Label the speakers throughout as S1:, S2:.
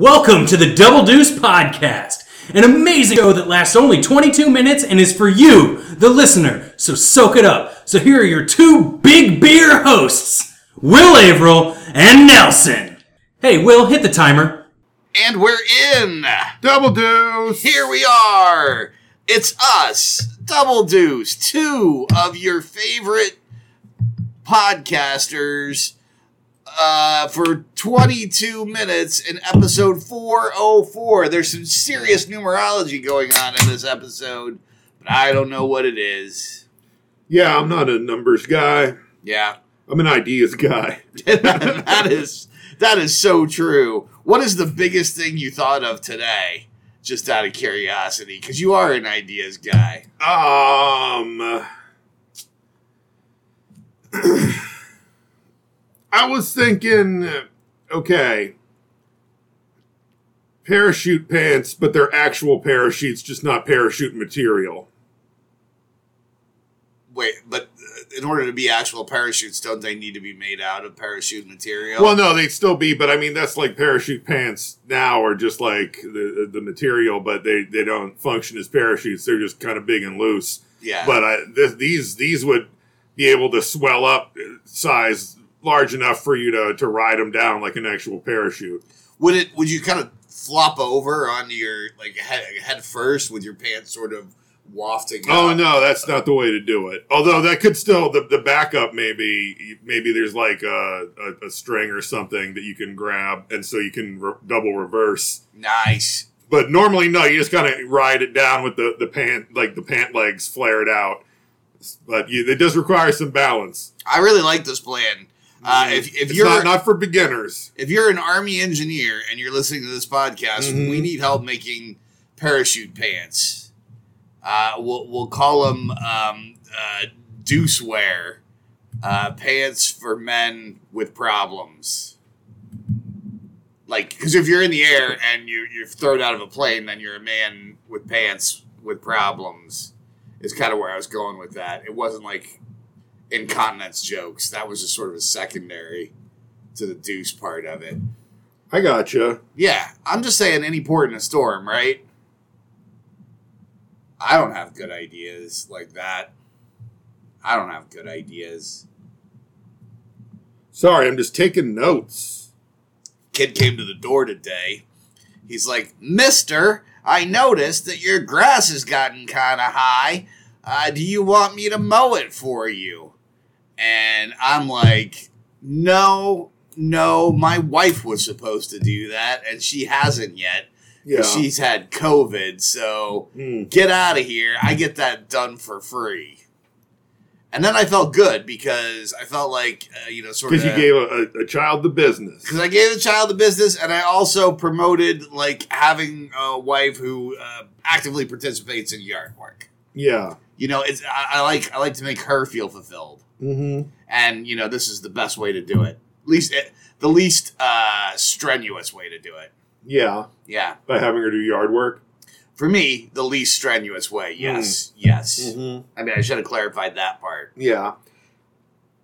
S1: Welcome to the Double Deuce Podcast, an amazing show that lasts only 22 minutes and is for you, the listener. So soak it up. So here are your two big beer hosts, Will Averill and Nelson. Hey, Will, hit the timer.
S2: And we're in!
S3: Double deuce.
S2: Here we are! It's us, Double Deuce, two of your favorite podcasters uh, for 22 minutes in episode 404. There's some serious numerology going on in this episode, but I don't know what it is.
S3: Yeah, I'm not a numbers guy.
S2: Yeah,
S3: I'm an ideas guy.
S2: that is that is so true. What is the biggest thing you thought of today? Just out of curiosity, because you are an ideas guy.
S3: Um, I was thinking, okay, parachute pants, but they're actual parachutes, just not parachute material.
S2: Wait, but uh, in order to be actual parachutes, don't they need to be made out of parachute material?
S3: Well, no, they'd still be, but I mean, that's like parachute pants now are just like the the material, but they they don't function as parachutes. They're just kind of big and loose.
S2: yeah,
S3: but I, th- these these would be able to swell up uh, size large enough for you to to ride them down like an actual parachute.
S2: would it? Would you kind of flop over onto your like head, head first with your pants sort of wafting?
S3: Oh
S2: up?
S3: no, that's not the way to do it. Although that could still the, the backup maybe maybe there's like a, a, a string or something that you can grab and so you can re- double reverse.
S2: Nice.
S3: But normally no, you just kind of ride it down with the the pant like the pant legs flared out. But you, it does require some balance.
S2: I really like this plan. Uh, if if
S3: It's
S2: you're
S3: not, not for beginners.
S2: if you're an army engineer and you're listening to this podcast,
S3: Mhm.
S2: we need help making parachute pants. Uh, we'll we'll call them um, uh, deuce wear uh, pants for men with problems. Like, because if you're in the air and you you're thrown out of a plane, then you're a man with pants with problems. Is kind of where I was going with that. It wasn't like incontinence jokes. That was just sort of a secondary to the deuce part of it.
S3: I gotcha.
S2: Yeah, I'm just saying any port in a storm, right? I don't have good ideas like that. I don't have good ideas.
S3: Sorry, I'm just taking notes.
S2: Kid came to the door today. He's like, Mister, I noticed that your grass has gotten kind of high. Uh, do you want me to mow it for you? And I'm like, No, no, my wife was supposed to do that, and she hasn't yet.
S3: Yeah.
S2: She's had COVID, so
S3: Hmm.
S2: get out of here. I get that done for free. And then I felt good because I felt like, uh, you know, sort of.
S3: Because you gave a, a, a child the business.
S2: Because I gave the child the business, and I also promoted like having a wife who uh, actively participates in yard work.
S3: Yeah.
S2: You know, it's I, I like I like to make her feel fulfilled,
S3: Mm-hmm.
S2: and you know this is the best way to do it. Least eh, the least uh, strenuous way to do it.
S3: Yeah.
S2: Yeah,
S3: By having her do yard work.
S2: for me, the least strenuous way. Yes, yes.
S3: Mm-hmm.
S2: I mean, I should have clarified that part.
S3: Yeah.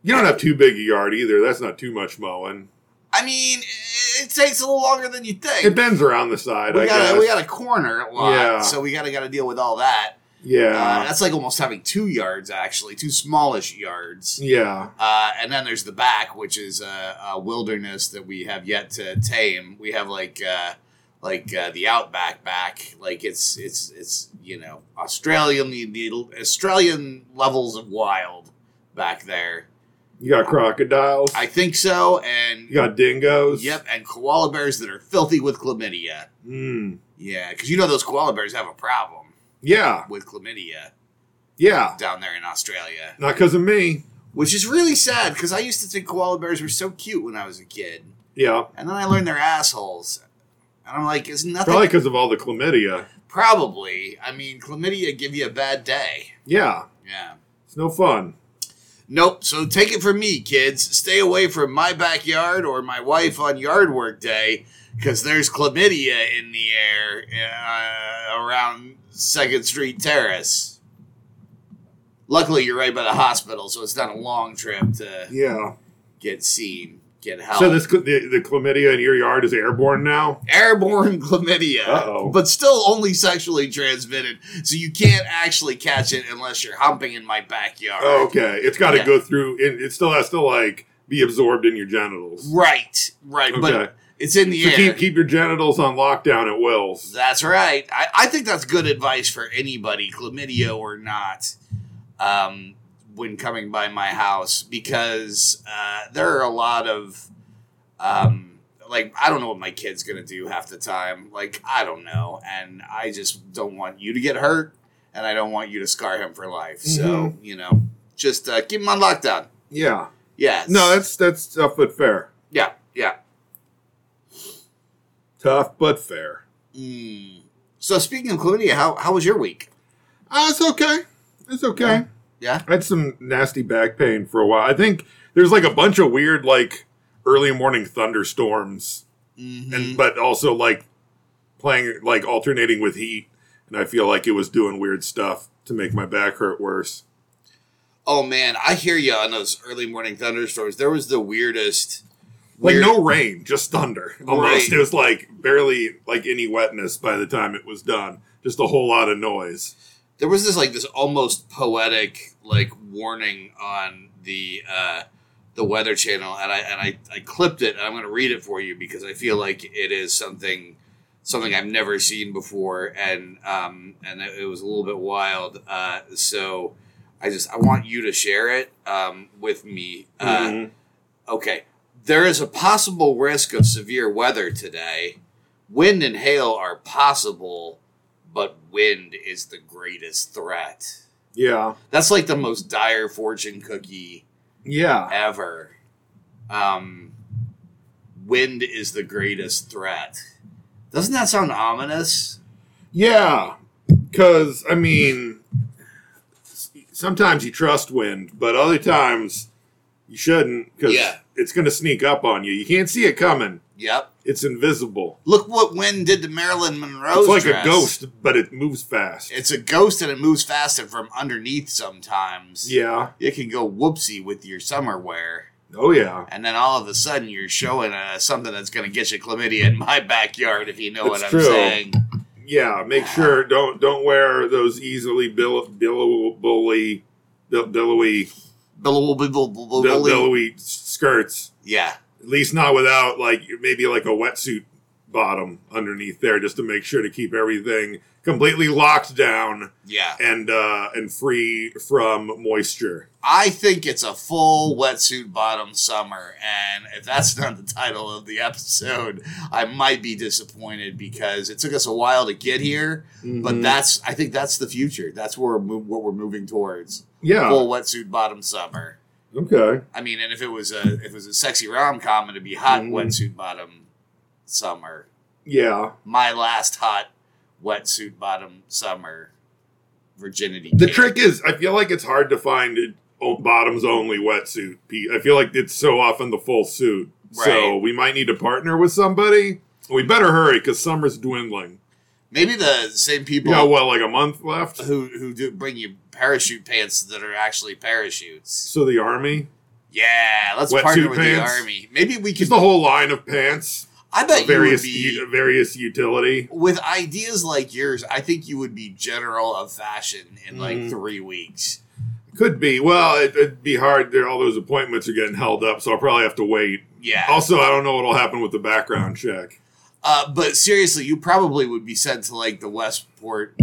S3: You don't have too big a yard either. That's not too much mowing.
S2: I mean, it it takes a little longer than you think.
S3: It bends around the side,
S2: we
S3: I
S2: got
S3: guess.
S2: a, we got a corner a lot,
S3: Yeah.
S2: so we got to got to deal with all that. Uh,
S3: yeah.
S2: that's like almost having two yards actually, two smallish yards.
S3: yeah.
S2: Uh, and then there's the back, which is a, a wilderness that we have yet to tame. We have like uh, like uh, the outback back, like it's it's it's you know Australian the Australian levels of wild back there.
S3: You got crocodiles.
S2: I think so, and
S3: you got dingoes.
S2: Yep, and koala bears that are filthy with chlamydia.
S3: Mm.
S2: Yeah, because you know those koala bears have a problem
S3: Yeah.
S2: with chlamydia
S3: Yeah.
S2: down there in Australia,
S3: Not because of me.
S2: which is really sad because I used to think koala bears were so cute when I was a kid,
S3: Yeah.
S2: and then I learned they're assholes, and I'm like, is nothing
S3: Probably because of all the chlamydia.
S2: probably? I mean, chlamydia give you a bad day.
S3: Yeah.
S2: Yeah.
S3: It's no fun.
S2: Nope. So take it from me, kids. Stay away from my backyard or my wife on yard work day because there's chlamydia in the air uh, around Second Street Terrace. Luckily, you're right by the hospital, so it's not a long trip to
S3: Yeah.
S2: get seen. can help.
S3: So this cl- the, the chlamydia in your yard is airborne now.
S2: airborne chlamydia,
S3: Uh-oh.
S2: but still only sexually transmitted. So you can't actually catch it unless you're humping in my backyard.
S3: Oh, okay, it's got to
S2: Yeah.
S3: go through. It, it still has to like be absorbed in your genitals.
S2: Right, right.
S3: Okay.
S2: But it's in the
S3: So
S2: air.
S3: keep keep your genitals on lockdown at Will's.
S2: That's right. I, I think that's good advice for anybody, chlamydia or not, um, when coming by my house because uh, there are a lot of, um, like, I don't know what my kid's going to do half the time. Like, I don't know. And I just don't want you to get hurt and I don't want you to scar him for life. So,
S3: Mm-hmm.
S2: you know, just uh, keep him on lockdown.
S3: Yeah.
S2: Yes.
S3: No, that's that's tough but fair.
S2: Yeah, yeah.
S3: Tough but fair.
S2: Mm. So, speaking of chlamydia, how, how was your week?
S3: Uh, it's okay. It's okay.
S2: Yeah?
S3: I had some nasty back pain for a while. I think there's like a bunch of weird like early morning thunderstorms,
S2: Mhm.
S3: and but also like playing like alternating with heat, and I feel like it was doing weird stuff to make my back hurt worse.
S2: Oh man, I hear you on those early morning thunderstorms. There was the weirdest.
S3: Like
S2: weird-
S3: no rain, just thunder. Almost
S2: Right.
S3: it was like barely like any wetness by the time it was done. Just a whole lot of noise.
S2: there was this like this almost poetic like warning on the uh, the Weather Channel, and I and I, I clipped it, and I'm going to read it for you because I feel like it is something something I've never seen before, and um, and it, it was a little bit wild. Uh, so I just I want you to share it um, with me. Uh,
S3: Mhm.
S2: Okay. There is a possible risk of severe weather today. Wind and hail are possible, but wind is the greatest threat.
S3: Yeah.
S2: That's like the most dire fortune cookie
S3: Yeah.
S2: ever. Um, wind is the greatest threat. Doesn't that sound ominous?
S3: Yeah, because I mean, s- sometimes you trust wind, but other times you shouldn't because
S2: Yeah.
S3: it's going to sneak up on you. You can't see it coming;
S2: Yep.
S3: it's invisible.
S2: Look what wind did to Marilyn Monroe's
S3: it's like
S2: dress.
S3: a ghost, but it moves fast.
S2: It's a ghost and it moves faster from underneath sometimes.
S3: yeah.
S2: It can go whoopsie with your summer wear.
S3: Oh yeah.
S2: and then all of a sudden you're showing uh, something that's going to get you chlamydia in my backyard if you know
S3: That's
S2: what
S3: true.
S2: I'm saying.
S3: Yeah. Make sure don't don't wear those easily bill- billowably bill- billowy
S2: Bill- bill- bill- bill- bill-
S3: bill-
S2: bill-
S3: billowy s- skirts.
S2: Yeah,
S3: At least not without like maybe like a wetsuit bottom underneath there just to make sure to keep everything completely locked down
S2: yeah.
S3: and uh and free from moisture.
S2: I think it's a full wetsuit bottom summer, and if that's not the title of the episode, I might be disappointed because it took us a while to get here.
S3: Mm-hmm.
S2: But that's I think that's the future. That's where we're mo- what we're moving towards.
S3: yeah.
S2: Full wetsuit bottom summer.
S3: Okay.
S2: I mean, and if it was a if it was a sexy rom com, it'd be hot
S3: Mhm.
S2: wetsuit bottom summer.
S3: Yeah.
S2: my last hot wetsuit bottom summer virginity.
S3: The
S2: cake.
S3: trick is I feel like it's hard to find a o- bottoms only wetsuit. P- I feel like it's so often the full suit. So
S2: Right.
S3: we might need to partner with somebody. We better hurry cuz summer's dwindling.
S2: Maybe the same people
S3: Yeah, well, like a month left.
S2: who who do bring you parachute pants that are actually parachutes.
S3: So the army,
S2: Yeah, let's
S3: Wetsuit
S2: partner with
S3: pants?
S2: the army. Maybe we
S3: just
S2: could.
S3: the whole line of pants.
S2: I bet you would
S3: various
S2: be
S3: u- various utility.
S2: with ideas like yours. I think you would be general of fashion in like
S3: Mhm.
S2: three weeks.
S3: Could be. Well, it, it'd be hard. There, all those appointments are getting held up, so I'll probably have to wait.
S2: Yeah.
S3: Also, I don't know what'll happen with the background check.
S2: Uh, but seriously, you probably would be sent to like the Westport,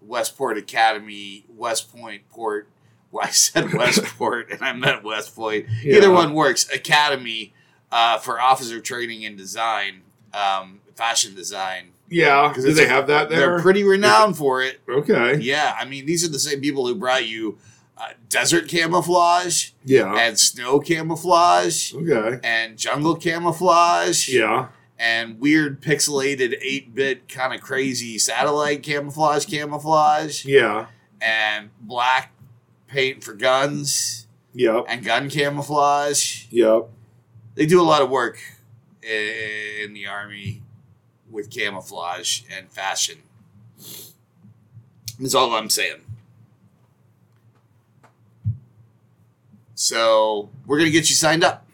S2: Westport Academy, West Point Port. Well, I said Westport and I meant West Point. Either
S3: Yeah.
S2: one works. Academy uh, for officer training and design, um, fashion design.
S3: Yeah,
S2: 'Cause
S3: do
S2: it's
S3: they
S2: a-
S3: have that
S2: They're
S3: there?
S2: pretty renowned for it.
S3: okay.
S2: Yeah, I mean, these are the same people who brought you uh, desert camouflage
S3: Yeah.
S2: and snow camouflage
S3: Okay.
S2: and jungle camouflage
S3: Yeah.
S2: and weird pixelated 8-bit kind of crazy satellite camouflage camouflage
S3: Yeah.
S2: and black paint for guns
S3: Yep.
S2: and gun camouflage
S3: Yep.
S2: they do a lot of work i- in the army with camouflage and fashion that's all i'm saying so we're gonna get you signed up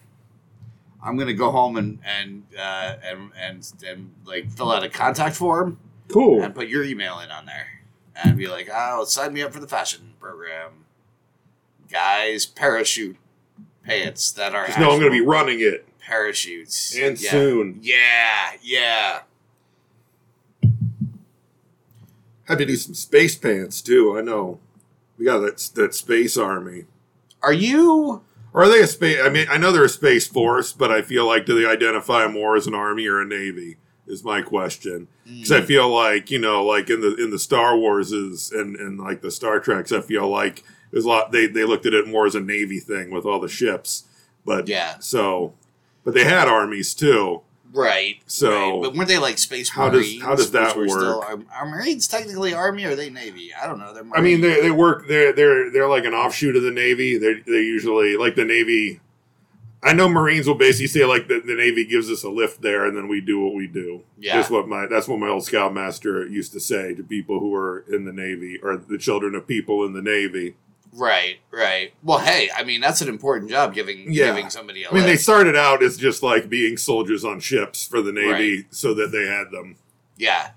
S2: I'm gonna go home and and uh, and, and and like fill out a contact form
S3: Cool.
S2: and put your email in on there and be like, oh, sign me up for the fashion program, guys. Parachute pants that are
S3: Just know I'm going to be
S2: actual
S3: running it.
S2: parachutes
S3: And
S2: yeah.
S3: soon.
S2: Yeah, yeah.
S3: Had to do some space pants too. I know. We got that that space army.
S2: Are you?
S3: Or are they a space? I mean, I know they're a space force, but I feel like do they identify more as an army or a navy? Is my question because
S2: Mm.
S3: I feel like you know, like in the in the Star Warses and and like the Star Treks, I feel like there's a lot. They they looked at it more as a navy thing with all the ships, but
S2: Yeah.
S3: So, but they had armies too.
S2: Right.
S3: So-
S2: right. but weren't they like space
S3: How does-
S2: marines?
S3: how does that
S2: which were
S3: work?
S2: are, are marines technically army or are they navy? I don't know. They're
S3: I mean,
S2: Marines.
S3: they they work. They're they're they're like an offshoot of the Navy. They they usually like the Navy. I know Marines will basically say like the, the Navy gives us a lift there, and then we do what we do.
S2: Yeah.
S3: that's what my that's what my old scoutmaster used to say to people who were in the Navy or the children of people in the Navy.
S2: right, right. Well, hey, I mean that's an important job giving
S3: Yeah.
S2: giving somebody. a
S3: I mean, they
S2: lift.
S3: started out as just like being soldiers on ships for the Navy, so that they had them
S2: yeah.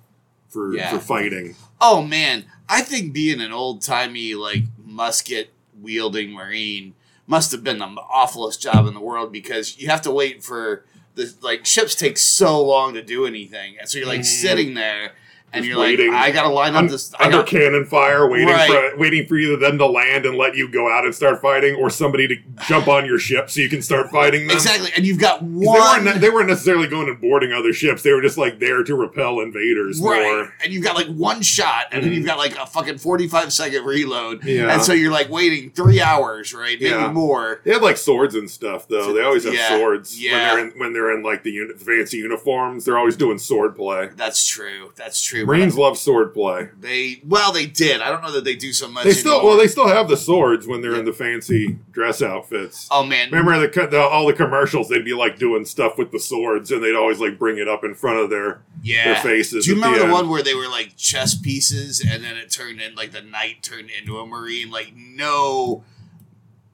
S3: for
S2: Yeah.
S3: for fighting.
S2: Oh man, I think being an old timey like musket wielding marine must have been the awfulest job in the world because you have to wait for the like ships take so long to do anything, and so you're like
S3: Mhm.
S2: sitting there and
S3: Just
S2: you're
S3: waiting.
S2: like, I gotta line up
S3: Un-
S2: this. I
S3: under
S2: got,
S3: cannon fire, waiting
S2: Right.
S3: for waiting for either them to land and let you go out and start fighting, or somebody to jump on your ship so you can start fighting them.
S2: exactly, and you've got
S3: 'Cause They
S2: one.
S3: weren't, ne- they weren't necessarily going and boarding other ships. They were just like there to repel invaders.
S2: Right,
S3: Or,
S2: and you've got like one shot, and then
S3: Mhm.
S2: you've got like a fucking forty-five second reload,
S3: Yeah.
S2: and so you're like waiting three hours, right? Maybe
S3: Yeah.
S2: more.
S3: they had like swords and stuff though. They always have
S2: Yeah.
S3: swords
S2: Yeah.
S3: when they're in when they're in like the uni- fancy uniforms. They're always doing sword play.
S2: That's true. That's true. but
S3: Marines love sword play.
S2: They well, they did. I don't know that they do so much.
S3: They still
S2: anymore.
S3: well they still have the swords when they're in the fancy dress outfits.
S2: Oh man,
S3: Remember the, co- the all the commercials? They'd be like doing stuff with the swords, and they'd always like bring it up in front of their their
S2: yeah.
S3: faces.
S2: Do you
S3: at
S2: remember the,
S3: end.
S2: one where they were like chess pieces, and then it turned in like the knight turned into a marine? Like no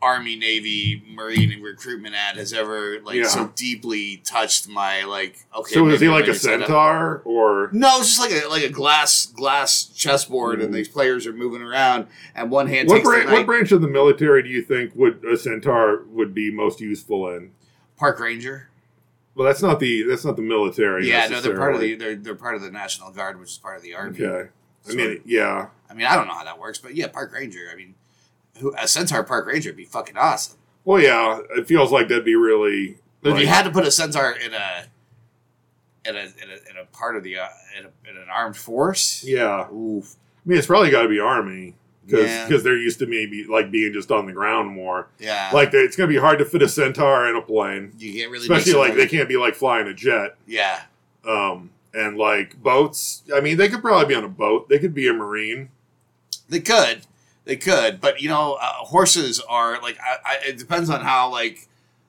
S2: army, navy, marine and recruitment ad has ever like
S3: Yeah.
S2: so deeply touched my like. Okay,
S3: So was
S2: maybe
S3: he
S2: I'm
S3: like a
S2: gonna sign up.
S3: centaur or?
S2: No, it's just like a like a glass glass chessboard, and
S3: Mm.
S2: these players are moving around, and one hand
S3: What,
S2: takes
S3: bran-
S2: the knight.
S3: what branch of the military do you think would a centaur would be most useful in?
S2: Park ranger.
S3: Well, that's not the that's not the military.
S2: Yeah, no, they're part of the
S3: necessarily.
S2: they're, they're part of the national guard, which is part of the army.
S3: Okay, I
S2: So-
S3: mean, yeah,
S2: I mean, I don't know how that works, but yeah, park ranger. I mean, who a centaur park ranger would be fucking awesome.
S3: well, yeah, it feels like that'd be really.
S2: But if
S3: like-
S2: you had to put a centaur in a in a in a, in a part of the uh, in, a, in an armed force,
S3: yeah,
S2: oof,
S3: I mean, it's probably got to be army because
S2: Yeah.
S3: they're used to maybe like being just on the ground more.
S2: yeah,
S3: Like they- it's gonna be hard to fit a centaur in a plane.
S2: you can't really make
S3: especially like they
S2: somebody-
S3: can't be like flying a jet
S2: yeah,
S3: um and like boats i mean they could probably be on a boat they could be a marine
S2: they could, they could, but you know, uh, horses are like I, I, it depends on how like.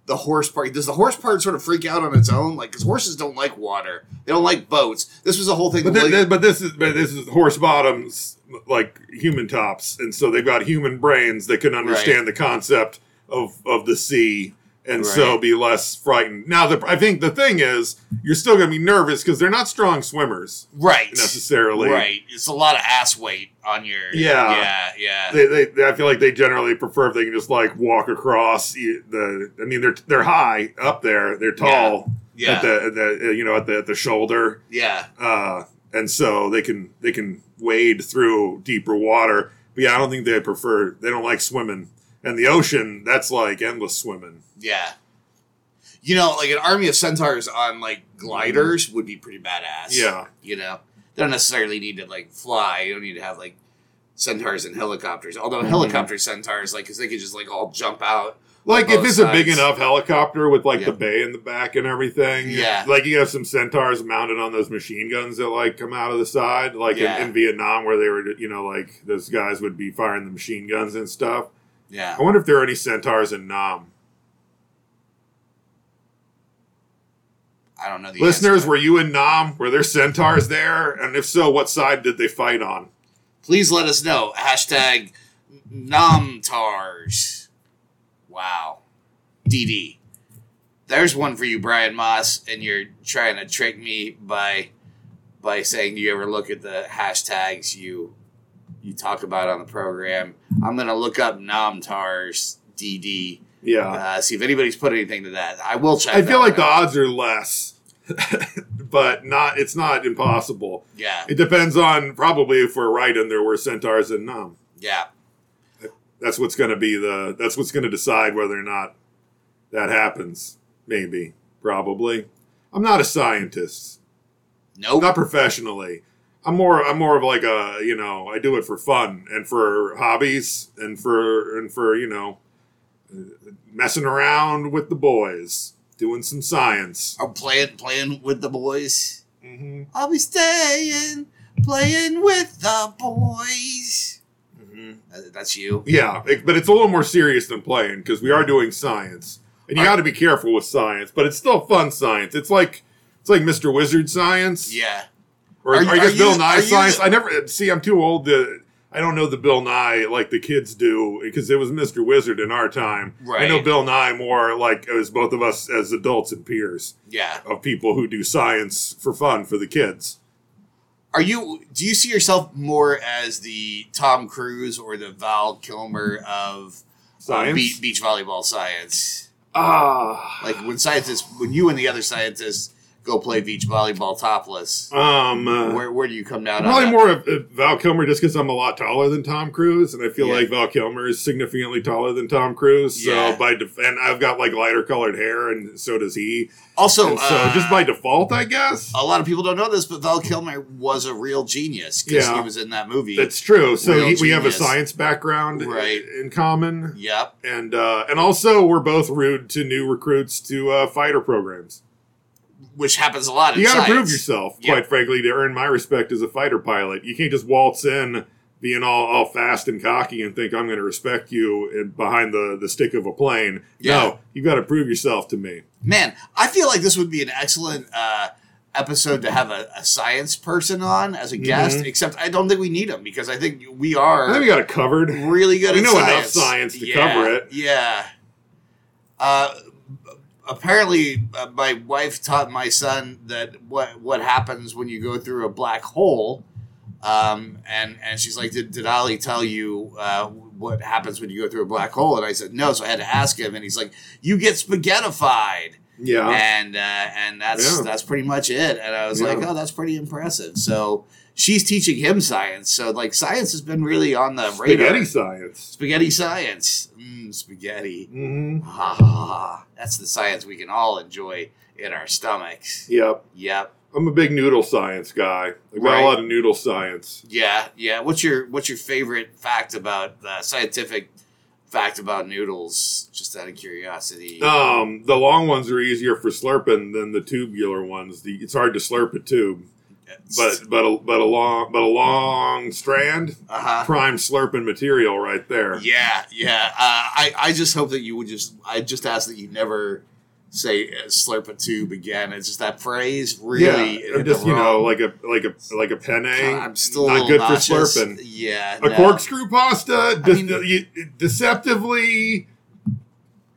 S2: The horse part does the horse part sort of freak out on its own, like because horses don't like water, they don't like boats. This was the whole thing.
S3: but,
S2: with
S3: thi-
S2: Lady-
S3: thi- but this is but this is horse bottoms like human tops and so they've got human brains that can understand the concept of of the sea and so
S2: Right.
S3: be less frightened now the, i think the thing is you're still going to be nervous because they're not strong swimmers
S2: right?
S3: necessarily
S2: Right. It's a lot of ass weight on your.
S3: Yeah.
S2: Yeah. Yeah.
S3: they, they, they- I feel like they generally prefer if they can just like walk across you- the. I mean, they're they're high up there. They're tall,
S2: Yeah.
S3: at the, at the you know at the at the shoulder,
S2: yeah.
S3: uh, and so they can they can wade through deeper water. But yeah, I don't think they prefer. They don't like swimming, and the ocean that's like endless swimming.
S2: Yeah. You know, like an army of centaurs on like gliders would be pretty badass.
S3: Yeah.
S2: You know, they don't necessarily need to like fly. You don't need to have like centaurs and helicopters. Although
S3: Mhm.
S2: helicopter centaurs, like, because they could just like all jump out.
S3: Like if
S2: Both
S3: it's a big
S2: sides.
S3: enough helicopter with like
S2: Yeah.
S3: the bay in the back and everything,
S2: Yeah.
S3: Like you have some centaurs mounted on those machine guns that like come out of the side, like
S2: Yeah.
S3: in, in Vietnam where they were, you know, like those guys would be firing the machine guns and stuff.
S2: Yeah.
S3: I wonder if there are any centaurs in Nam.
S2: I don't know the
S3: Listeners,
S2: answer.
S3: were you in Nam? Were there centaurs there? And if so, what side did they fight on?
S2: Please let us know. Hashtag nomtars. Wow. DD. There's one for you, Brian Moss, and you're trying to trick me by by saying you ever look at the hashtags you you talk about on the program. I'm gonna look up Nomtars DD.
S3: Yeah.
S2: Uh, see if anybody's put anything to that. I will check.
S3: I feel
S2: that
S3: like the
S2: out.
S3: odds are less, but not. It's not impossible.
S2: yeah,
S3: It depends on probably if we're right and there were centaurs and nom.
S2: yeah.
S3: That's what's going to be the. That's what's going to decide whether or not that happens. Maybe, probably. I'm not a scientist.
S2: Nope.
S3: Not professionally. I'm more. I'm more of like a. You know, I do it for fun and for hobbies and for and for you know, uh, messing around with the boys, doing some science.
S2: Or playing playing with the boys.
S3: Mm-hmm.
S2: I'll be staying playing with the boys.
S3: Mm-hmm.
S2: Uh, That's you.
S3: Yeah, it- but it's a little more serious than playing because we are doing science, and you
S2: I-
S3: got to be careful with science. But it's still fun science. It's like it's like Mr. Wizard science,
S2: Yeah. Are
S3: or, or
S2: you-
S3: I
S2: are
S3: guess
S2: you-
S3: Bill
S2: are
S3: Nye
S2: you-
S3: science. I never see. I'm too old to. I don't know the Bill Nye like the kids do because it was Mr. Wizard in our time. I know
S2: Right.
S3: Bill Nye more like as both of us as adults and peers
S2: Yeah.
S3: of people who do science for fun for the kids.
S2: Are you? Do you see yourself more as the Tom Cruise or the Val Kilmer of
S3: Science.
S2: be- beach volleyball science?
S3: Ah,
S2: Like when scientists, when you and the other scientists go play beach volleyball topless,
S3: um. uh,
S2: where where do you come down?
S3: Probably
S2: on
S3: more of uh, Val Kilmer just because I'm a lot taller than Tom Cruise, and I feel
S2: Yeah.
S3: like Val Kilmer is significantly taller than Tom Cruise.
S2: Yeah.
S3: So by def- and I've got like lighter colored hair, and so does he.
S2: That? Also,
S3: And so
S2: uh,
S3: just by default, I guess
S2: a lot of people don't know this, but Val Kilmer was a real genius because
S3: Yeah.
S2: he was in that movie.
S3: that's true. So
S2: Real
S3: he, we have a
S2: genius.
S3: science background i-
S2: Right.
S3: in common,
S2: yep.
S3: and uh, and also we're both rude to new recruits to uh, fighter programs.
S2: which happens a lot. in
S3: You got to prove
S2: science.
S3: yourself,
S2: Yeah.
S3: quite frankly, to earn my respect as a fighter pilot. You can't just waltz in being all, all fast and cocky and think I'm going to respect you in- behind the, the stick of a plane.
S2: Yeah.
S3: No, you got to prove yourself to me.
S2: Man, I feel like this would be an excellent uh, episode to have a, a science person on as a guest. Except I don't think we need him because I think we are
S3: Mm-hmm. I think we got it covered.
S2: really good.
S3: we
S2: at
S3: know enough
S2: science.
S3: science to cover it.
S2: Yeah. Uh, apparently, uh, my wife taught my son that what what happens when you go through a black hole. Um, and, and she's like, did, did Ali tell you uh, what happens when you go through a black hole? And I said, no. So I had to ask him. And he's like, you get spaghettified.
S3: Yeah.
S2: and uh, and that's
S3: Yeah.
S2: that's pretty much it. And I was
S3: Yeah.
S2: like, oh, that's pretty impressive. So she's teaching him science. So like science has been really on the radar.
S3: Spaghetti science.
S2: Spaghetti science. Mm, spaghetti.
S3: Mm-hmm.
S2: Ah, that's the science we can all enjoy in our stomachs.
S3: Yep.
S2: Yep.
S3: I'm a big noodle science guy. I got
S2: Right.
S3: a lot of noodle science.
S2: Yeah. Yeah. What's your What's your favorite fact about uh, scientific fact about noodles? Just out of curiosity.
S3: Um, the long ones are easier for slurping than the tubular ones. The, it's hard to slurp a tube, but but a, but a long but a long strand
S2: uh
S3: prime slurping material right there.
S2: Yeah, yeah. Uh, I I just hope that you would just I just ask that you never say uh, slurp a tube again. It's just that phrase really.
S3: Yeah, or
S2: hit
S3: just
S2: the
S3: you know,
S2: wrong-
S3: like a like a like a penne.
S2: I'm still
S3: not good
S2: nauseous.
S3: for slurping.
S2: Yeah,
S3: A
S2: no.
S3: corkscrew pasta, de-
S2: mean-
S3: you- deceptively,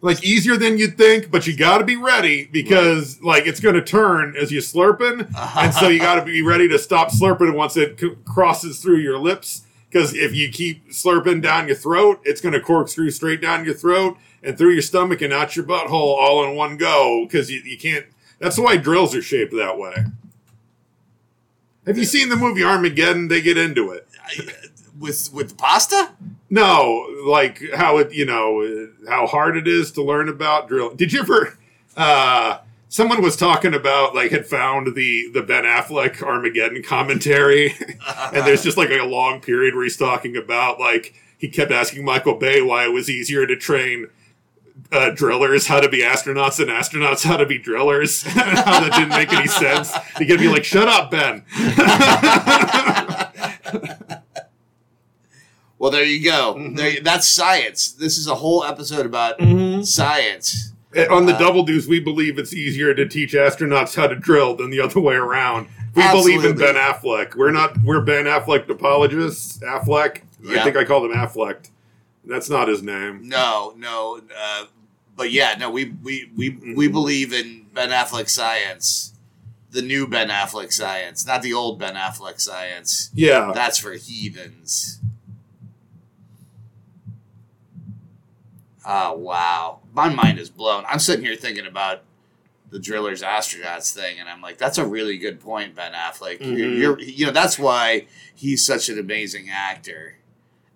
S3: like easier than you'd think, but you got to be ready because like it's going to turn as you slurping, and so you got to be ready to stop slurping once it c- crosses through your lips. Because if you keep slurping down your throat, it's going to corkscrew straight down your throat and through your stomach and out your butthole all in one go. Because you, you can't. That's why drills are shaped that way. Have you seen the movie Armageddon? They get into it.
S2: With with the pasta?
S3: No, like how it, you know, uh, how hard it is to learn about drill. Did you ever? Uh, someone was talking about like had found the the Ben Affleck Armageddon commentary, and there's just like a long period where he's talking about like he kept asking Michael Bay why it was easier to train. Uh, drillers how to be astronauts and astronauts how to be drillers how that didn't make any sense you gotta be like shut up ben
S2: Well, there you go.
S3: Mm-hmm.
S2: There, that's science. This is a whole episode about
S3: Mm-hmm.
S2: science.
S3: Uh, On the double deuce, we believe it's easier to teach astronauts how to drill than the other way around. We believe in
S2: Absolutely.
S3: Ben Affleck. We're not we're Ben Affleck apologists. Affleck.
S2: Yeah.
S3: I think I called him Affleck. That's not his name.
S2: No, no. Uh, But yeah, no, we we we, we
S3: Mm-hmm.
S2: believe in Ben Affleck science, the new Ben Affleck science, not the old Ben Affleck science.
S3: Yeah.
S2: That's for heathens. Oh wow, my mind is blown. I'm sitting here thinking about the drillers astronauts thing, and I'm like, that's a really good point, Ben Affleck. You're,
S3: Mhm.
S2: you're you know that's why he's such an amazing actor,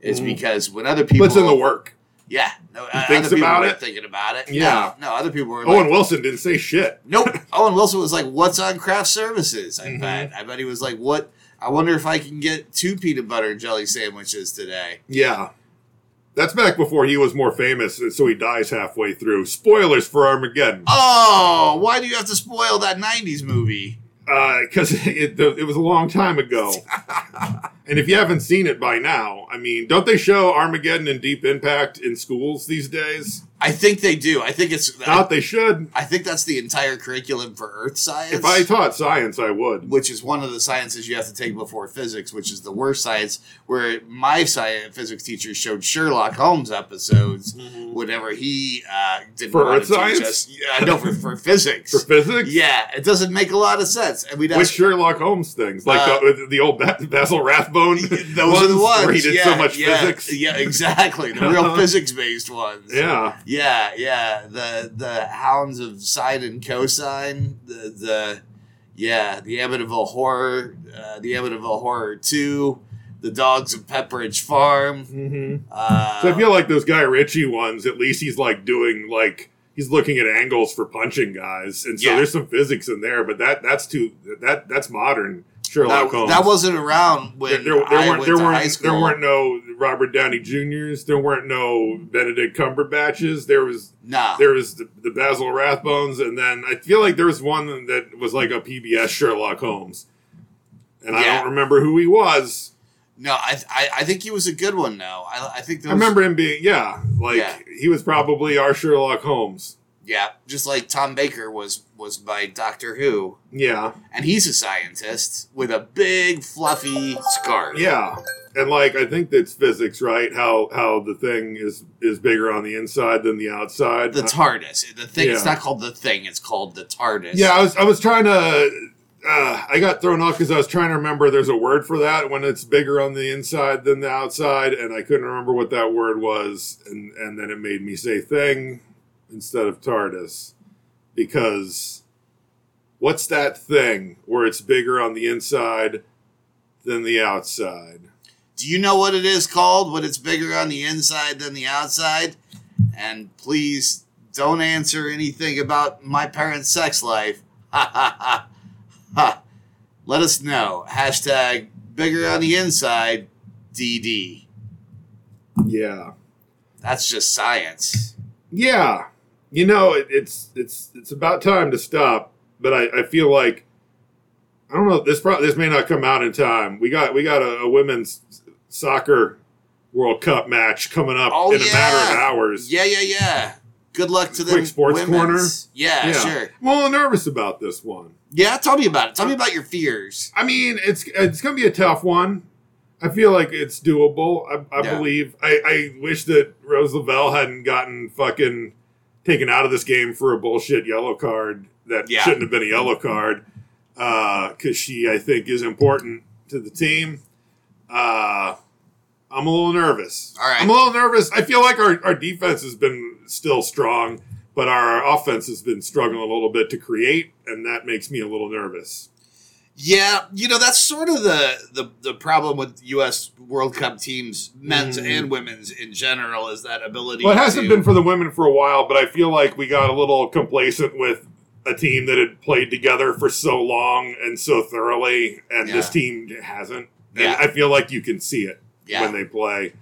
S2: is
S3: Mhm.
S2: because when other people
S3: Puts in the work.
S2: yeah, no, uh,
S3: thinks
S2: other people
S3: about
S2: weren't
S3: it?
S2: thinking about it.
S3: Yeah. Oh,
S2: no, no, other people were
S3: Owen
S2: like,
S3: Wilson didn't say shit.
S2: nope. Owen Wilson was like, "What's on craft services?" I
S3: Mhm.
S2: bet. I bet he was like, "What? I wonder if I can get two peanut butter and jelly sandwiches today."
S3: Yeah. That's back before he was more famous, and so he dies halfway through. Spoilers for Armageddon.
S2: Oh, why do you have to spoil that '90s movie?
S3: Because Uh, it, it was a long time ago. and if you haven't seen it by now, I mean, don't they show Armageddon and Deep Impact in schools these days?
S2: I think they do. I think it's. I,
S3: Thought they should.
S2: I think that's the entire curriculum for Earth science.
S3: If I taught science, I would.
S2: which is one of the sciences you have to take before physics, which is the worst science. Where my science physics teacher showed Sherlock Holmes episodes whenever he uh, didn't
S3: Mm-hmm. For
S2: want
S3: earth
S2: to teach
S3: science?
S2: us. Yeah, no, for, for physics.
S3: For physics?
S2: yeah, it doesn't make a lot of sense, and we
S3: With
S2: don't.
S3: Sherlock Holmes things, like
S2: Uh,
S3: the, the old Ba- Basil Rathbone.
S2: Those are the ones
S3: where he did
S2: yeah,
S3: so much
S2: yeah,
S3: physics.
S2: Yeah, exactly. The real physics-based ones.
S3: Yeah.
S2: Yeah, yeah. The the hounds of sine and cosine. The the yeah, the Amityville horror. Uh, the Amityville horror two. The dogs of Pepperidge Farm.
S3: Mm-hmm.
S2: Uh,
S3: So I feel like those Guy Ritchie ones, at least he's like doing like he's looking at angles for punching guys, and so
S2: Yeah.
S3: there's some physics in there. But that that's too that that's modern Sherlock
S2: that,
S3: Holmes.
S2: that wasn't around
S3: there,
S2: when
S3: there, there
S2: I
S3: weren't
S2: went
S3: there
S2: to high
S3: weren't
S2: school.
S3: there weren't no Robert Downey Juniors. There weren't no Benedict Cumberbatches. There was
S2: nah.
S3: there was the, the Basil Rathbones, and then I feel like there was one that was like a PBS Sherlock Holmes, and I
S2: Yeah.
S3: don't remember who he was.
S2: no, I, I I think he was a good one. though. I I think there
S3: I
S2: was,
S3: remember him being yeah, like
S2: Yeah.
S3: he was probably our Sherlock Holmes.
S2: Yeah, just like Tom Baker was was by Doctor Who,
S3: Yeah.
S2: and he's a scientist with a big fluffy scarf.
S3: Yeah, and like I think that's physics, right? How how the thing is is bigger on the inside than the outside.
S2: the
S3: Uh,
S2: TARDIS. The thing. It's
S3: Yeah.
S2: not called the thing. It's called the TARDIS.
S3: yeah, I was I was trying to. Uh, I got thrown off because I was trying to remember. There's a word for that when it's bigger on the inside than the outside, and I couldn't remember what that word was. And and then it made me say thing instead of TARDIS because what's that thing where it's bigger on the inside than the outside?
S2: Do you know what it is called when it's bigger on the inside than the outside? And please don't answer anything about my parents' sex life. Ha ha ha. ha. Let us know. Hashtag bigger on the inside, DD.
S3: Yeah.
S2: That's just science.
S3: Yeah, you know it, it's it's it's about time to stop. But I, I feel like I don't know this pro- this may not come out in time. We got we got a, a women's soccer World Cup match coming up
S2: Oh,
S3: in a matter of
S2: yeah.
S3: hours.
S2: Yeah, yeah, yeah. Good luck to them.
S3: Quick sports
S2: women's. Yeah,
S3: Yeah.
S2: sure.
S3: I'm a little nervous about this one.
S2: Yeah, tell me about it. Tell me about your fears.
S3: I mean, it's it's gonna be a tough one. I feel like it's doable. I, I
S2: Yeah.
S3: believe. I, I wish that Rose Lavelle hadn't gotten fucking taken out of this game for a bullshit yellow card that
S2: Yeah.
S3: shouldn't have been a yellow card because she, I think, is important to the team. Uh, I'm a little nervous.
S2: All right.
S3: I'm a little nervous. I feel like our, our defense has been still strong, but our offense has been struggling a little bit to create, and that makes me a little nervous.
S2: Yeah, you know that's sort of the the, the problem with U.S. World Cup teams, men's
S3: Mm.
S2: and women's in general, is that ability.
S3: Well, it hasn't
S2: to-
S3: been for the women for a while, but I feel like we got a little complacent with a team that had played together for so long and so thoroughly, and this
S2: Yeah.
S3: team hasn't. And
S2: Yeah.
S3: I feel like you can see it
S2: yeah.
S3: when they play.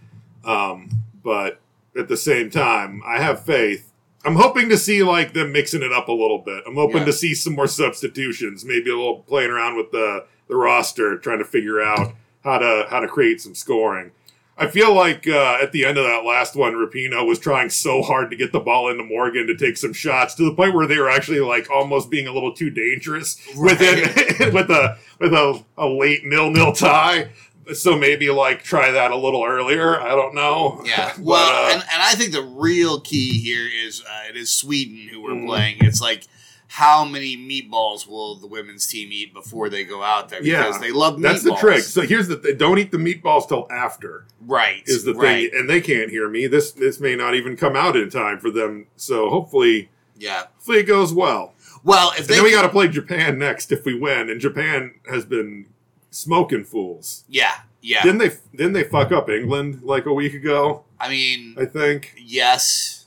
S3: Um, but at the same time, I have faith. I'm hoping to see like them mixing it up a little bit. I'm hoping
S2: Yeah.
S3: to see some more substitutions, maybe a little playing around with the the roster, trying to figure out how to how to create some scoring. I feel like uh, at the end of that last one, Rapino was trying so hard to get the ball into Morgan to take some shots to the point where they were actually like almost being a little too dangerous with it with a with a, a late nil nil tie. So maybe like try that a little earlier. I don't know.
S2: Yeah.
S3: But,
S2: Well,
S3: uh,
S2: and, and I think the real key here is uh, it is Sweden who we're
S3: Mm.
S2: playing. It's like how many meatballs will the women's team eat before they go out there? Because
S3: Yeah.
S2: they love meatballs.
S3: that's the trick. So here's the thing: don't eat the meatballs till after
S2: Right.
S3: is the
S2: right.
S3: thing, and they can't hear me. This this may not even come out in time for them. So hopefully,
S2: Yeah.
S3: hopefully it goes well.
S2: Well, if
S3: And
S2: they
S3: then we
S2: can-
S3: got to play Japan next if we win. And Japan has been smoking fools.
S2: Yeah. Yeah.
S3: Didn't they? Didn't they fuck up England like a week ago?
S2: I mean,
S3: I think.
S2: yes.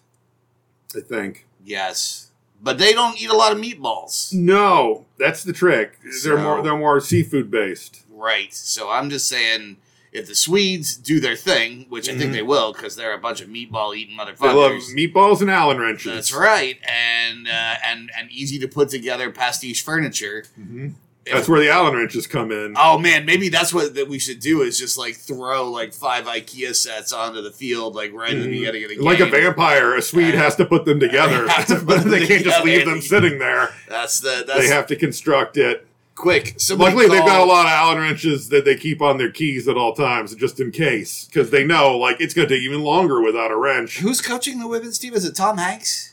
S3: I think.
S2: Yes. But they don't eat a lot of
S3: Mm.
S2: meatballs.
S3: No, that's the trick.
S2: So-
S3: they're more they're more seafood based.
S2: Right. So I'm just saying if the Swedes do their thing, which I think
S3: Mhm.
S2: they will because they're a bunch of meatball eating motherfuckers.
S3: They love meatballs and Allen wrenches.
S2: That's right, and uh, and and easy to put together pastiche furniture.
S3: hmm That's where the Allen wrenches come in.
S2: Oh man, maybe that's what that we should do is just like throw like five IKEA sets onto the field like right at the
S3: Mhm.
S2: beginning of the game.
S3: Like a vampire, a Swede
S2: Yeah.
S3: has to put them together,
S2: They have to put
S3: but they
S2: them
S3: can't just leave
S2: together.
S3: them sitting there.
S2: That's the that's
S3: they have to construct it.
S2: quick. Somebody
S3: Luckily, they've got a
S2: call-
S3: lot of Allen wrenches that they keep on their keys at all times, just in case, because they know like it's going to take even longer without a wrench.
S2: Who's coaching the women's team? Is it Tom Hanks?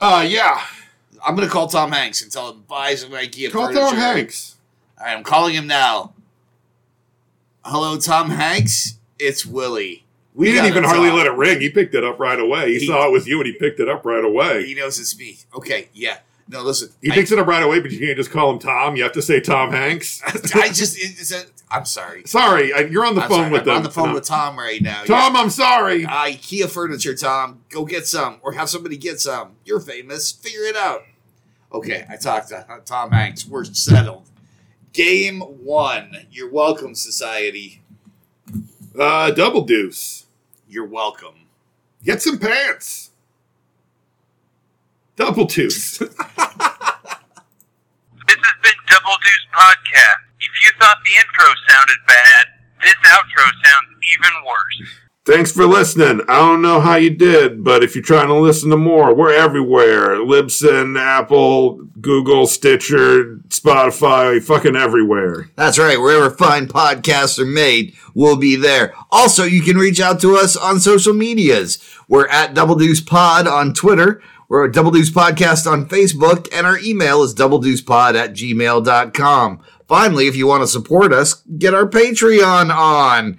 S3: Uh, yeah,
S2: I'm gonna call Tom Hanks and tell him buy some IKEA
S3: call
S2: furniture.
S3: Tom Hanks.
S2: All right, I'm calling him now. Hello, Tom Hanks. It's Willie.
S3: We didn't
S2: gotta
S3: even hardly
S2: talk.
S3: let it ring. He picked it up right away. He,
S2: He-
S3: saw it was you, and he picked it up right away.
S2: He knows it's me. Okay, yeah. No, listen.
S3: He
S2: I-
S3: picks it up right away, but you can't just call him Tom. You have to say Tom Hanks.
S2: I just it- it's a, I'm sorry.
S3: sorry, I, you're on the
S2: I'm
S3: phone
S2: sorry.
S3: with
S2: I'm
S3: them.
S2: on the phone
S3: No.
S2: with Tom right now.
S3: Tom. I'm sorry.
S2: Yeah. Uh, IKEA furniture, Tom. Go get some, or have somebody get some. You're famous. Figure it out. Okay, I talked to uh, Tom Hanks. We're settled. Game one. You're welcome, society.
S3: Uh, double deuce.
S2: You're welcome.
S3: Get some pants. Double deuce.
S4: This has been Double Deuce Podcast. If you thought the intro sounded bad, this outro sounds even worse.
S3: Thanks for listening. I don't know how you did, but if you're trying to listen to more, we're everywhere. Libsyn, Apple, Google, Stitcher, Spotify, fucking everywhere.
S5: That's right. Wherever fine podcasts are made, we'll be there. Also, you can reach out to us on social medias. We're at Double Deuce Pod on Twitter. We're at Double Deuce Podcast on Facebook. And our email is doubledeucepod at gmail.com. Finally, if you want to support us, get our Patreon on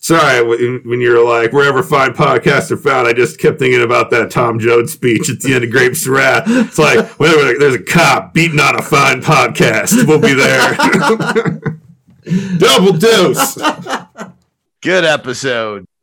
S3: Sorry, when when you're like, wherever fine podcasts are found, I just kept thinking about that Tom Jones speech at the end of Grapes of Wrath. It's like, wait a minute, there's a cop beating on a fine podcast. We'll be there. Double deuce.
S5: Good episode.